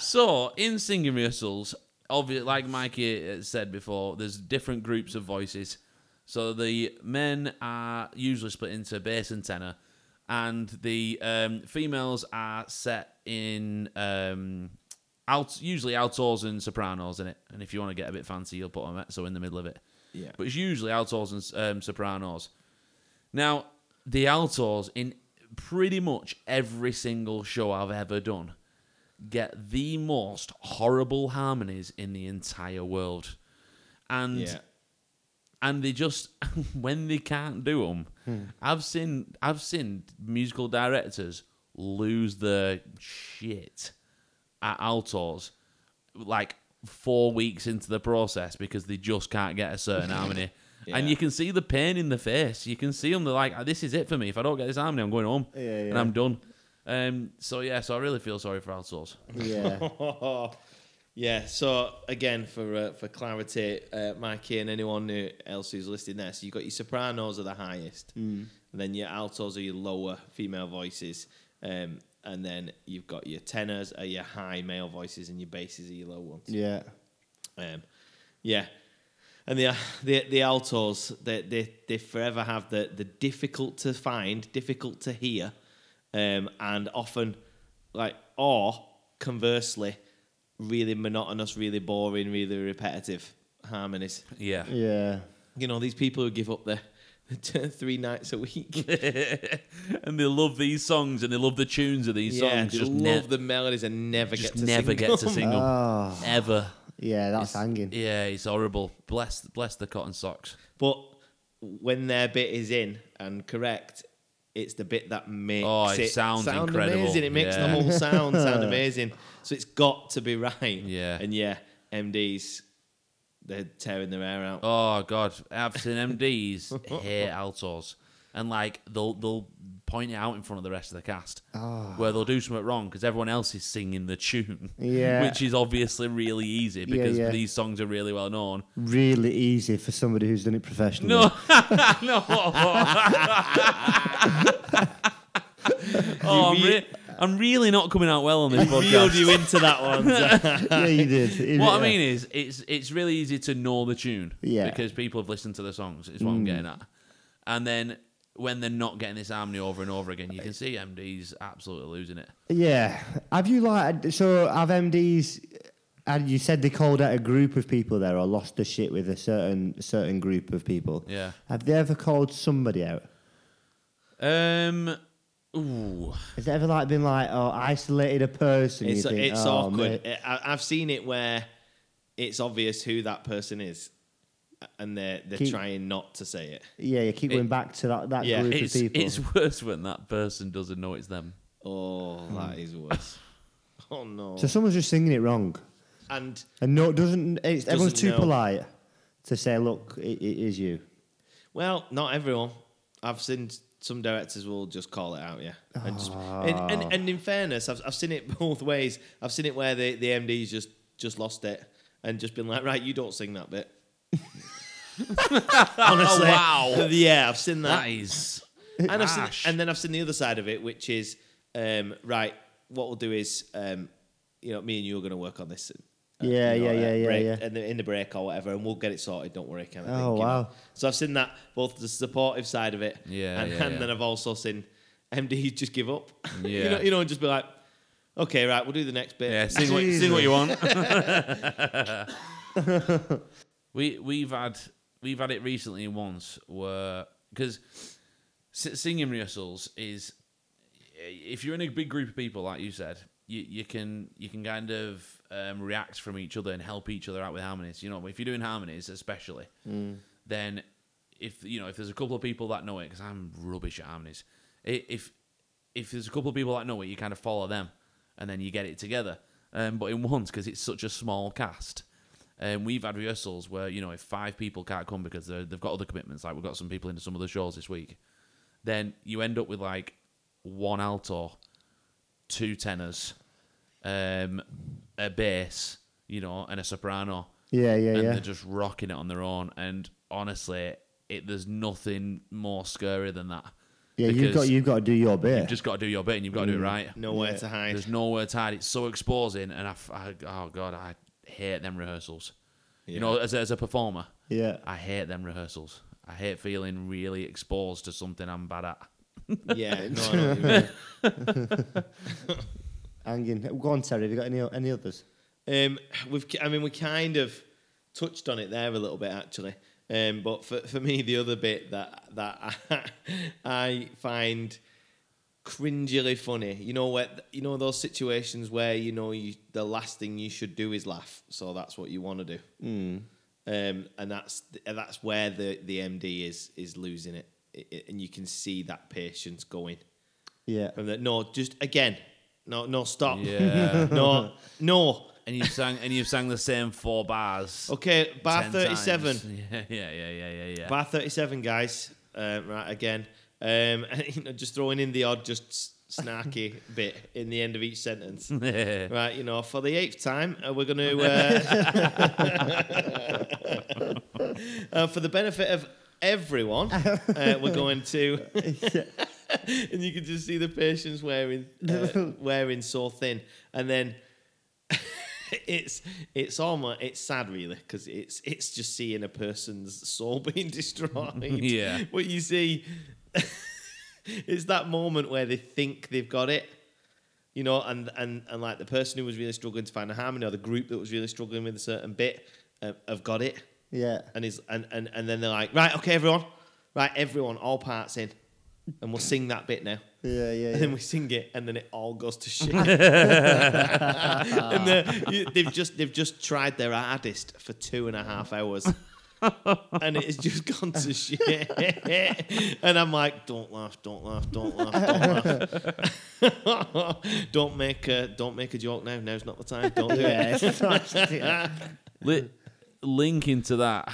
So in singing rehearsals, obviously, like Mikey uh, said before, there's different groups of voices. So the men are usually split into bass and tenor, and the um, females are set in um, alt, usually altos and sopranos in it. And if you want to get a bit fancy, you'll put a mezzo in the middle of it. Yeah. But it's usually altos and um, sopranos. Now, the altos in pretty much every single show I've ever done get the most horrible harmonies in the entire world. And yeah. and they just when they can't do them, Hmm. I've seen I've seen musical directors lose their shit at altos like 4 weeks into the process because they just can't get a certain harmony. And Yeah. you can see the pain in the face. You can see them. They're like, "This is it for me. If I don't get this harmony, I'm going home, Yeah, and yeah. I'm done." Um, so yeah, so I really feel sorry for altos. yeah. yeah. So again, for uh, for clarity, uh, Mikey and anyone who- else who's listed there, so you've got your sopranos are the highest, and then your altos are your lower female voices, um, and then you've got your tenors are your high male voices, and your basses are your low ones. Yeah. Um, yeah. And the, the the altos, they, they, they forever have the, the difficult to find, difficult to hear, um, and often, like, or conversely, really monotonous, really boring, really repetitive harmonies. Yeah, Yeah. You know, these people who give up their their three nights a week. and they love these songs and they love the tunes of these yeah, songs. they Just love ne- the melodies and never just get to never sing get to them. sing them Oh. ever. Yeah, that's It's- hanging. Yeah, it's horrible. Bless, bless the cotton socks. But when their bit is in and correct, it's the bit that makes Oh, it sounds sound incredible. amazing. It makes Yeah. the whole sound sound amazing. So it's got to be right. Yeah. And yeah, MDs, they're tearing their hair out. Oh God, I've seen MDs hate altos, and like they'll they'll point it out in front of the rest of the cast Oh. where they'll do something wrong because everyone else is singing the tune, Yeah. which is obviously really easy Yeah, because yeah. these songs are really well known. Really easy for somebody who's done it professionally. No, no. oh, Oh, I'm, You re- I'm really not coming out well on this Reeled podcast. you into that one. Zach. yeah, you did. It- What yeah. I mean is, it's it's really easy to know the tune, Yeah. Mm. because people have listened to the songs. Is what I'm getting at. And then when they're not getting this harmony over and over again, you can see MD's absolutely losing it. Yeah. Have you like so? Have MDs? And you said they called out a group of people there, or lost the shit with a certain certain group of people. Yeah. Have they ever called somebody out? Um. Ooh. Has it ever like been like, oh, isolated a person? you It's, think, it's "Oh, awkward. mate." I, I've seen it where it's obvious who that person is. and they're they're Keep- trying not to say it. Yeah, you keep It- going back to that, that Yeah, group It's, of people. it's worse when that person doesn't know it's them. Oh, that is worse. Oh no! So someone's just singing it wrong, And and no, it doesn't. It's, everyone's Doesn't too know. polite to say, "Look, it, it is you." well, not everyone. I've seen some directors will just call it out. Yeah, and, just, and, and and in fairness, I've I've seen it both ways. I've seen it where the the MD's just just lost it and just been like, right, you don't sing that bit. Honestly, wow. yeah, I've seen That is. and, I've seen, harsh. and then I've seen the other side of it, which is um, right. What we'll do is, um, you know, me and you are going to work on this. uh, Yeah, you know, yeah, uh, yeah, yeah, break- yeah. And the, in the break or whatever, and we'll get it sorted. Don't worry, kind of Oh, thing. you know. wow. So I've seen that both the supportive side of it, Yeah, and, yeah, and yeah. then I've also seen MD just give up. you Yeah. know, you know, and just be like, okay, right, we'll do the next bit. Yeah, sing what, sing what you want. we we've had we've had it recently once where because singing rehearsals is if you're in a big group of people like you said you, you can you can kind of um, react from each other and help each other out with harmonies you know if you're doing harmonies especially then if you know if there's a couple of people that know it because I'm rubbish at harmonies i- if if there's a couple of people that know it you kind of follow them and then you get it together um, but in ones because it's such a small cast um, we've had rehearsals where you know if five people can't come because they're- they've got other commitments, like we've got some people into some other shows this week, then you end up with like one alto, two tenors, um, a bass, you know, and a soprano, Yeah, yeah, and yeah. they're just rocking it on their own. And honestly, it there's nothing more scary than that. yeah, you've because got you've got to do your Mm. bit. you've just got to do your bit and you've got to do it right. Nowhere to hide. There's nowhere to hide. It's so exposing, and I, f- I- oh god, I hate them rehearsals. You know, as a, as a performer, yeah, I hate them rehearsals. I hate feeling really exposed to something I'm bad at. yeah, no, I know what you mean. hanging. Go on, Terry. Have you got any any others? Um, we've, ki- I mean, we kind of touched on it there a little bit actually. Um, but for, for me, the other bit that that I, find cringily funny, you know, where you know those situations where you know you, the last thing you should do is laugh, so that's what you want to do. Um, and that's and that's where the, the MD is is losing it, I- I- and you can see that patience going. Yeah, From that, no, just again, no, no, stop, Yeah. no, no. and you sang and you sang the same four bars. Okay, bar 10 37. times. Yeah, yeah, yeah, yeah, yeah, yeah. Bar 37, guys. Uh, right, again. Um, you know, just throwing in the odd, just s- snarky bit in the end of each sentence. Hmm. Right, you know, for the eighth time, uh, we're going to, uh, uh, for the benefit of everyone, uh, we're going to, and you can just see the patients wearing uh, wearing so thin, and then it's it's almost it's sad really because it's it's just seeing a person's soul being destroyed. Yeah. what you see is that moment where they think they've got it you know, and and and like the person who was really struggling to find a harmony, or the group that was really struggling with a certain bit, uh, have got it, yeah. and is and, and and then they're like, right, okay, everyone, right, everyone, all parts in, and we'll sing that bit now. Yeah, yeah, And yeah. then we sing it, and then it all goes to shit. and the- you- they've just they've just tried their hardest for two and a half hours, and it's just gone to shit. and I'm like, don't laugh, don't laugh, don't laugh, don't laugh. don't make a don't make a joke now. Now's not the time. Don't do it. Yeah, it's not- Li- link into that.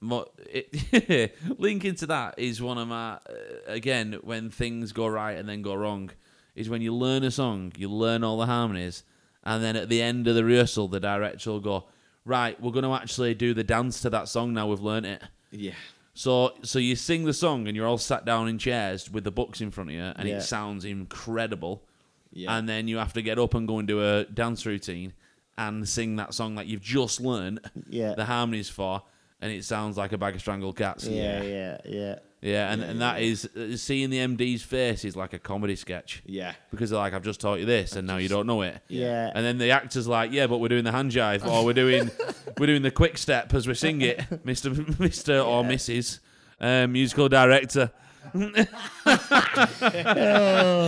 mo- it- link into that is one of my uh, again when things go right and then go wrong is when you learn a song, you learn all the harmonies, and then at the end of the rehearsal, the director will go, "Right, we're going to actually do the dance to that song now. We've learned it." Yeah, So, so you sing the song and you're all sat down in chairs with the books in front of you, and Yeah. it sounds incredible. Yeah. And then you have to get up and go and do a dance routine and sing that song that you've just learned Yeah. the harmonies for, and it sounds like a bag of strangled cats. yeah, yeah, yeah. yeah, and and that is uh, seeing the MD's face is like a comedy sketch. yeah. Because they're like, I've just taught you this, and now you don't know it. Yeah. And then the actor's like, Yeah, but we're doing the hand jive, or we're doing we're doing the quick step as we sing it, Mister Mister or Mrs. Um, uh, musical director.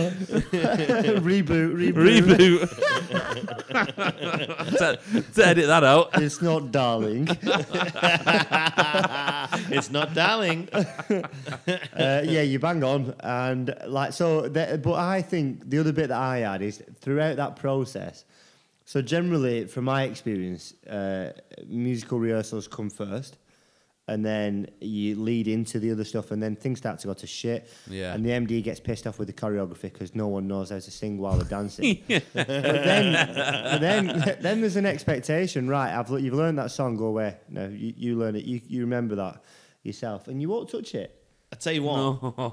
reboot, reboot. Reboot. to, to edit that out. It's not darling. it's not darling. uh, yeah, you bang on, and like so. That, but I think the other bit that I had is throughout that process. So generally, from my experience, uh, musical rehearsals come first, and then you lead into the other stuff, and then things start to go to shit. Yeah. And the MD gets pissed off with the choreography because no one knows how to sing while they're dancing. but then, but then, then there's an expectation, right? I've you've learned that song. Go away. No, you, you learn it. You you remember that yourself, and you won't touch it. I tell you what,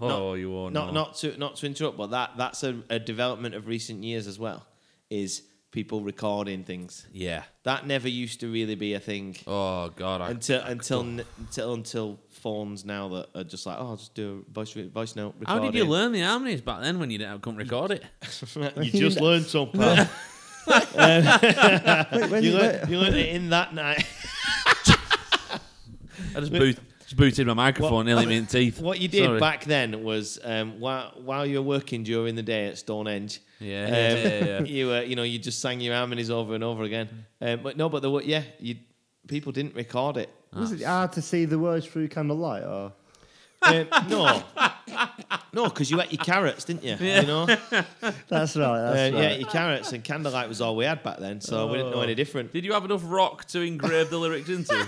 No, you won't, Not no. not to not to interrupt, but that that's a, a development of recent years as well. Is people recording things Yeah. that never used to really be a thing Oh God. I, until until n- until until phones now that are just like oh, I'll just do a voice re- voice note. how Recording. did you learn the harmonies back then when you didn't have, couldn't record it? you just learned something. Wait, when- you wait, learned you learned it in that night. I just, boot, just booted my microphone, What- nearly in teeth. What you did Sorry. back then was um, while while you were working during the day at Stonehenge, Yeah, um, yeah, yeah. you uh, you know you just sang your harmonies over and over again. Um, but no, but the yeah, you people didn't record it. Was it hard to see the words through candlelight? Or Um, no, no, because you ate your carrots, didn't you? You know, that's right. Uh, That's you ate right. your carrots, and candlelight was all we had back then, so we didn't Oh. know any different. Did you have enough rock to engrave the lyrics into?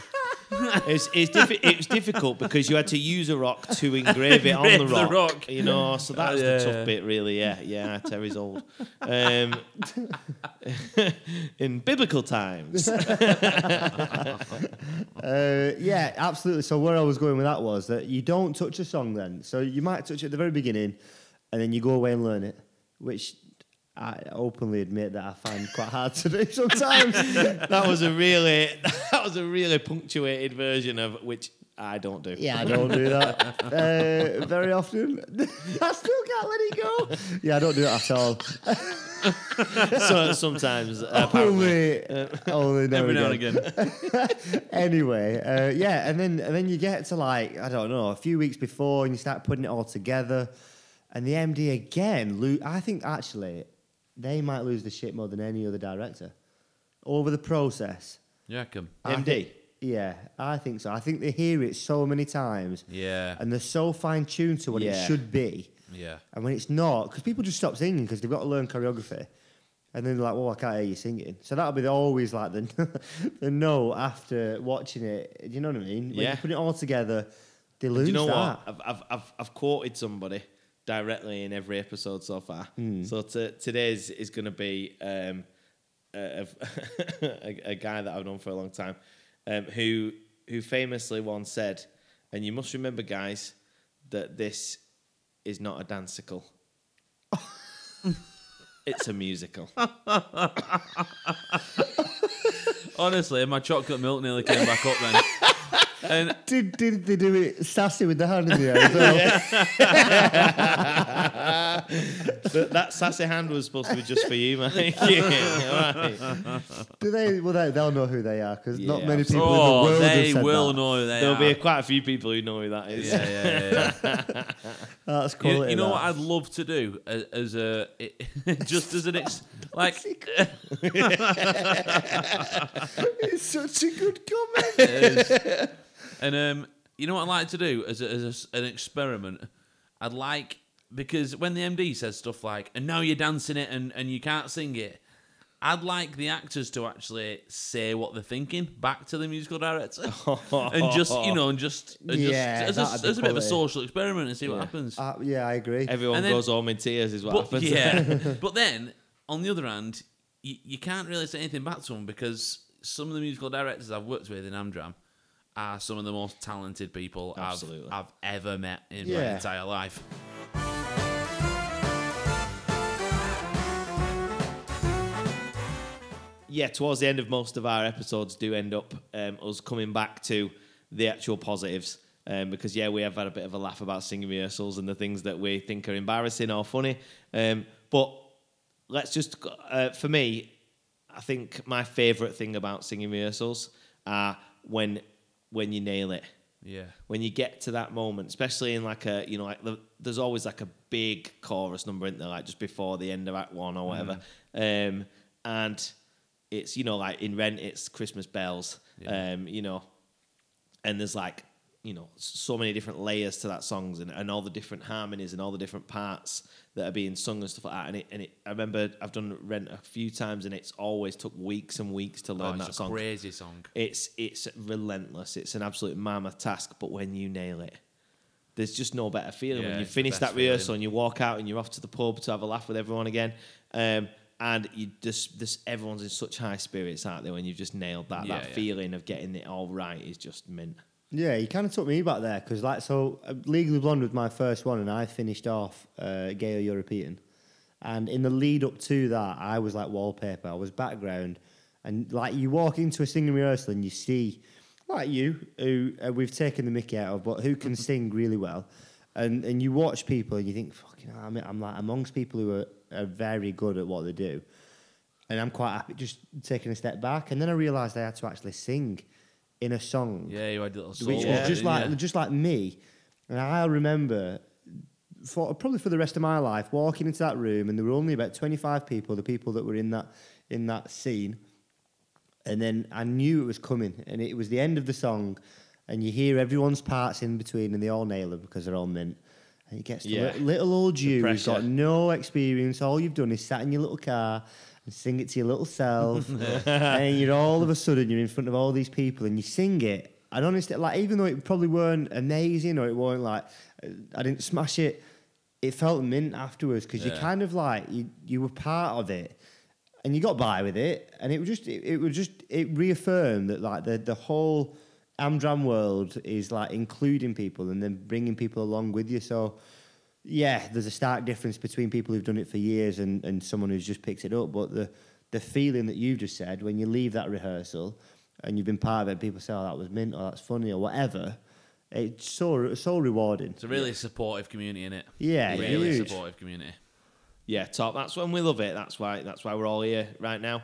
It's, it's diffi- it was difficult because you had to use a rock to engrave it on the Engrave the rock, rock. You know, so that Oh, was yeah, the yeah. tough bit, really. Yeah, yeah. Terry's old. Um, in biblical times, Uh, yeah, absolutely. So where I was going with that was that you don't touch a song then. So you might touch it at the very beginning, and then you go away and learn it, which I openly admit that I find quite hard to do sometimes. that was a really that was a really punctuated version of which I don't do. yeah, I don't do that uh, very often. I still can't let it go. Yeah, I don't do it at all. So sometimes apparently. Only, uh, only now Every and now again. and Oh, again. anyway, uh, yeah, and then and then you get to like I don't know a few weeks before, and you start putting it all together, and the MD again. Lo- I think actually they might lose the shit more than any other director over the process. Yeah, come. I MD? thi- yeah, I think so. I think they hear it so many times, Yeah, and they're so fine tuned to what Yeah. it should be. yeah. And when it's not, because people just stop singing because they've got to learn choreography. And then they're like, well, I can't hear you singing. So that'll be the- always like the, the no after watching it. Do you know what I mean? When Yeah. you put it all together, they lose Do you know that. what? I've, I've, I've, I've quoted somebody directly in every episode so far. So t- today's is going to be um, a, a, a guy that I've known for a long time um, who, who famously once said, and you must remember, guys, that this is not a dancicle. it's a musical. Honestly, my chocolate milk nearly came back up then. And Did, did they do it sassy with the hand in the air as well? But that sassy hand was supposed to be just for you, mate. Yeah, all right. Do they? Well, they, they'll know who they are because not Yeah, many people oh, in the world they have said will that. know they There'll are. be quite a few people who know who that is. yeah, yeah, yeah, yeah. Ah, That's You- quality. You, know that. what I'd love to do as, as a it, just as an ex, like It's such a good comment. as- and um, you know what I'd like to do as a, as a s an experiment. I'd like because when the MD says stuff like "and now you're dancing it and and you can't sing it," I'd like the actors to actually say what they're thinking back to the musical director and just you know and just and Yeah, just that'd as a, be as a bit of a quality. social experiment and see what Yeah. happens. Uh, yeah, I agree. Everyone And then- goes home in tears, is what But, happens. yeah, but then on the other hand, you, you can't really say anything back to them because some of the musical directors I've worked with in Amdram are some of the most talented people I've, Absolutely. I've ever met in my Yeah. entire life. yeah, towards the end of most of our episodes do end up um, us coming back to the actual positives. Um, because yeah, we have had a bit of a laugh about singing rehearsals and the things that we think are embarrassing or funny. Um, but let's just, go- uh, for me, I think my favourite thing about singing rehearsals are when when you nail it. Yeah. when you get to that moment, especially in like a you know like the, there's always like a big chorus number in there, like just before the end of Act One or whatever, Mm. um, and it's you know like in Rent it's Christmas bells, Yeah. um, you know, and there's like you know s- so many different layers to that songs and, and all the different harmonies and all the different parts that are being sung and stuff like that and it, and it I remember I've done Rent a few times and it's always took weeks and weeks to Oh, learn it's a that song crazy song. it's it's relentless. It's an absolute mammoth task, but when you nail it, there's just no better feeling Yeah, when you it's the finish best that rehearsal feeling. and you walk out and you're off to the pub to have a laugh with everyone again. Um, and you just this everyone's in such high spirits, aren't they? When you've just nailed that, Yeah, that yeah. feeling of getting it all right is just mint. Yeah, he kind of took me back there because, like, so uh, Legally Blonde was my first one, and I finished off uh, Gay or European. And in the lead up to that, I was like wallpaper, I was background. And like, you walk into a singing rehearsal and you see, like, you, who uh, we've taken the mickey out of, but who can sing really well. And, and you watch people and you think, fucking, hell, I'm, I'm like amongst people who are, are very good at what they do and I'm quite happy just taking a step back. And then I realised I had to actually sing in a song, Yeah, you had a little solo. which Yeah, was just like yeah. just like me. And I remember for probably for the rest of my life walking into that room, and there were only about 25 people, the people that were in that in that scene. And then I knew it was coming, and it was the end of the song, and you hear everyone's parts in between, and they all nail them because they're all mint. And it gets to Yeah. li- little old you who's pressure. got no experience. All you've done is sat in your little car and sing it to your little self, and you're all of a sudden you're in front of all these people and you sing it. And honestly, like even though it probably weren't amazing or it weren't like uh, I didn't smash it, it felt mint afterwards because you Yeah. kind of like you you were part of it and you got by with it, and it was just it, it was just it reaffirmed that like the the whole Amdram world is like including people and then bringing people along with you. So yeah, there's a stark difference between people who've done it for years and and someone who's just picked it up. But the the feeling that you've just said when you leave that rehearsal and you've been part of it, people say, "Oh, that was mint," or "That's funny," or whatever. It's so so rewarding. It's a really supportive community, innit? Yeah, really huge. supportive community. Yeah, top. That's when we love it. That's why. That's why we're all here right now,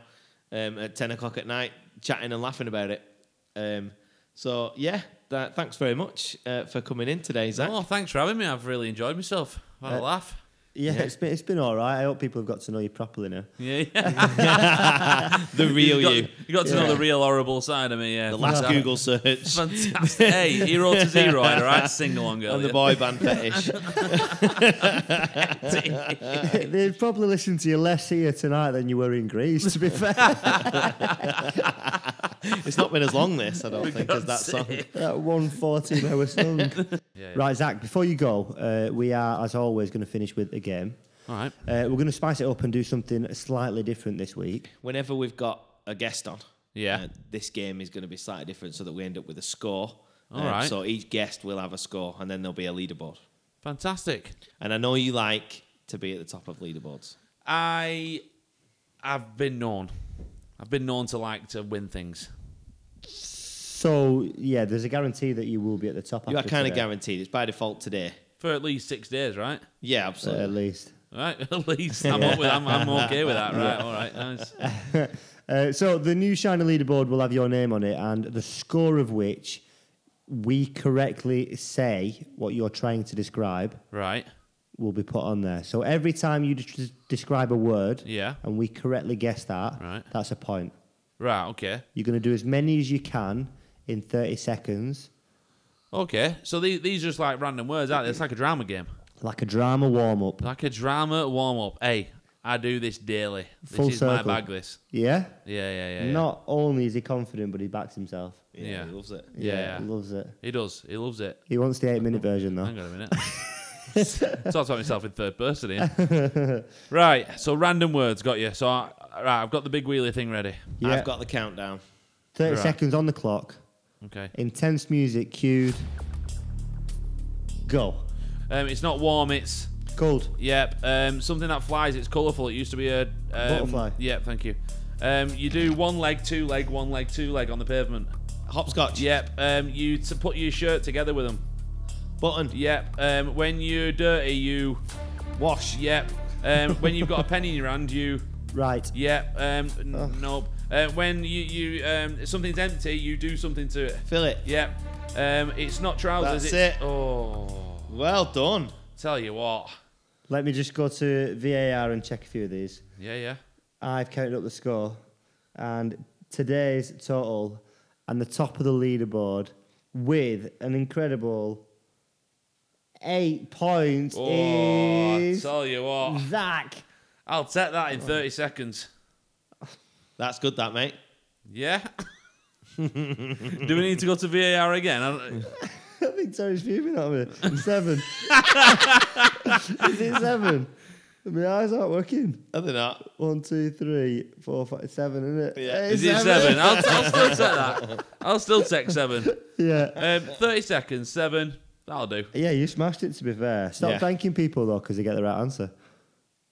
um, at ten o'clock at night, chatting and laughing about it. Um, so yeah, that, thanks very much uh, for coming in today, Zach. Oh, thanks for having me. I've really enjoyed myself. I've had a Uh, laugh. Yeah, it's been it's been all right. I hope people have got to know you properly now. Yeah, yeah. the real you got, you. You got to know Yeah. the real horrible side of me. Yeah, The last Fantastic. Google search Fantastic. hey, hero to zero. I had a right sing along on earlier. the boy band fetish. they probably listened to you less here tonight than you were in Greece. To be fair, It's not been as long this, I don't think, as that song. that one fourteen-hour song. Yeah, yeah. Right, Zach. Before you go, uh, we are, as always, going to finish with a game. All right. Uh, we're going to spice it up and do something slightly different this week. Whenever we've got a guest on, uh, Yeah. this game is going to be slightly different so that we end up with a score. Um, All right. So each guest will have a score, and then there'll be a leaderboard. Fantastic. And I know you like to be at the top of leaderboards. I I've been known. I've been known to like to win things. So yeah, there's a guarantee that you will be at the top. You are after kind of today, guaranteed. It's by default today. For at least six days, right? Yeah, uh, absolutely. at least. Right, at least I'm, up with, I'm, I'm okay with that. Right, all right, nice. Uh, so the new Shiner leaderboard will have your name on it, and the score of which we correctly say what you're trying to describe right, will be put on there. So every time you des- describe a word, Yeah. and we correctly guess that, Right. that's a point. right, okay, You're going to do as many as you can in 30 seconds, okay. So these these are just like random words, aren't they? It's like a drama game, like a drama warm up. like a drama warm up. Hey, I do this daily. This Full is my circle. bag. This, Yeah? yeah, yeah, yeah. yeah. Not only is he confident, but he backs himself. Yeah. he loves it. Yeah, yeah. loves it. he does. He loves it. He wants the eight-minute version though. Hang on a minute. Talk about myself in third person here. right, so random words got you. So I, right, I've got the big wheelie thing ready. Yeah, I've got the countdown. 30 Right. seconds on the clock. Okay. Intense music cued. Go. Um, it's not warm. It's Cold. Yep. Um, something that flies. It's colourful. It used to be a um, Butterfly. Yep. Thank you. Um, you do one leg, two leg, one leg, two leg on the pavement. Hopscotch. Yep. Um, you to put your shirt together with them. Button. Yep. Um, when you're dirty, you. Wash. Yep. Um, when you've got a penny in your hand, you. Right. Yep. Um, n- Ugh. nope. Uh, when you you um, something's empty, you do something to it. Fill it. Yep. Um, it's not trousers. That's it's, it. Oh, Well done. tell you what. Let me just go to VAR and check a few of these. Yeah, yeah. I've counted up the score, and today's total and the top of the leaderboard with an incredible eight points Oh, is Ah. tell you what. Zach. I'll take that in 30 seconds. That's good, that mate. Yeah. Do we need to go to VAR again? I don't- I think Terry's fuming at me. Seven. is it seven? My eyes aren't working. Are they not? One, two, three, four, five, seven, isn't it? Yeah. It's Is it seven? I'll, I'll still take that. I'll still take seven. Yeah. Um, 30 seconds, seven. That'll do. Yeah, you smashed it to be fair. Stop Yeah. thanking people though, because they get the right answer.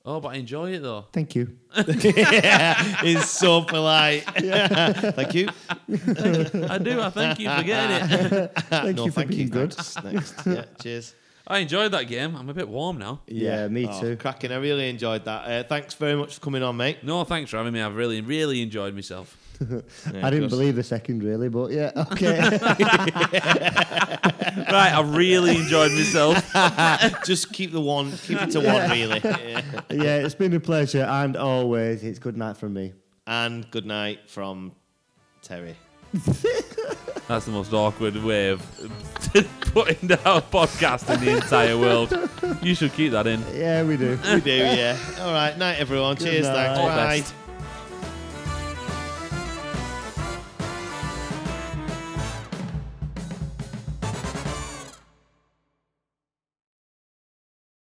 Oh, but I enjoy it though. Thank you. He's so polite. Thank you. I do. I thank you for getting it. Thank no, you for thank being you. good. Next, next. Yeah, cheers. I enjoyed that game. I'm a bit warm now. Yeah, me Oh, too. Cracking. I really enjoyed that. Uh, thanks very much for coming on, mate. No, thanks for having me. I've really, really enjoyed myself. Yeah, I didn't good. believe the second really, but yeah, okay. Right, I've really enjoyed myself. Just keep the one. Keep it to one, really. Yeah. yeah, it's been a pleasure, and always it's good night from me. And good night from Terry. That's the most awkward way of putting down a podcast in the entire world. You should keep that in. Yeah, we do. We do, yeah. All right. Night, everyone. cheers. night. Thanks. All Bye. best.